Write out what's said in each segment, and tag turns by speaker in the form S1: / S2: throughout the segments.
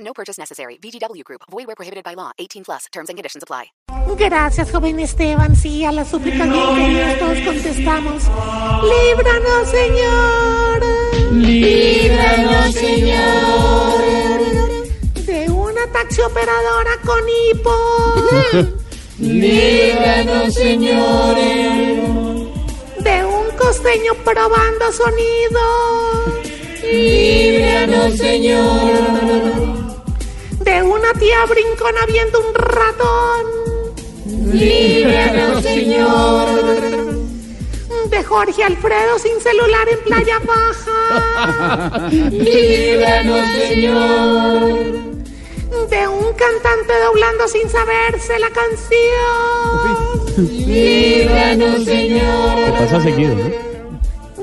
S1: No purchase necessary. VGW Group. Void where prohibited by law. 18 plus. Terms and conditions apply.
S2: Gracias, joven Esteban. Sí, a las súplicas bien queridas todos contestamos. ¡Líbranos, Señor! ¡Líbranos, Señor! De una taxi operadora con hipo. ¡Líbranos, señores! De un costeño probando sonido. ¡Líbranos, Señor! De una tía brincona viendo un ratón. ¡Líbranos, Señor! De Jorge Alfredo sin celular en Playa Baja. ¡Líbranos, Señor! De un cantante doblando sin saberse la canción. ¡Líbranos, Señor!
S3: Pasa seguido, ¿no?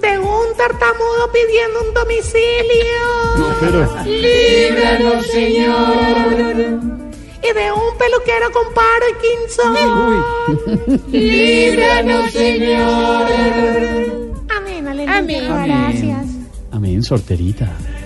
S2: De un tartamudo pidiendo un domicilio.
S3: Pero,
S2: ¡Líbranos, Señor! Y de un peluquero con Parkinson. ¡Líbranos, Señor! Amén, aleluya. Gracias.
S3: amén, sorterita.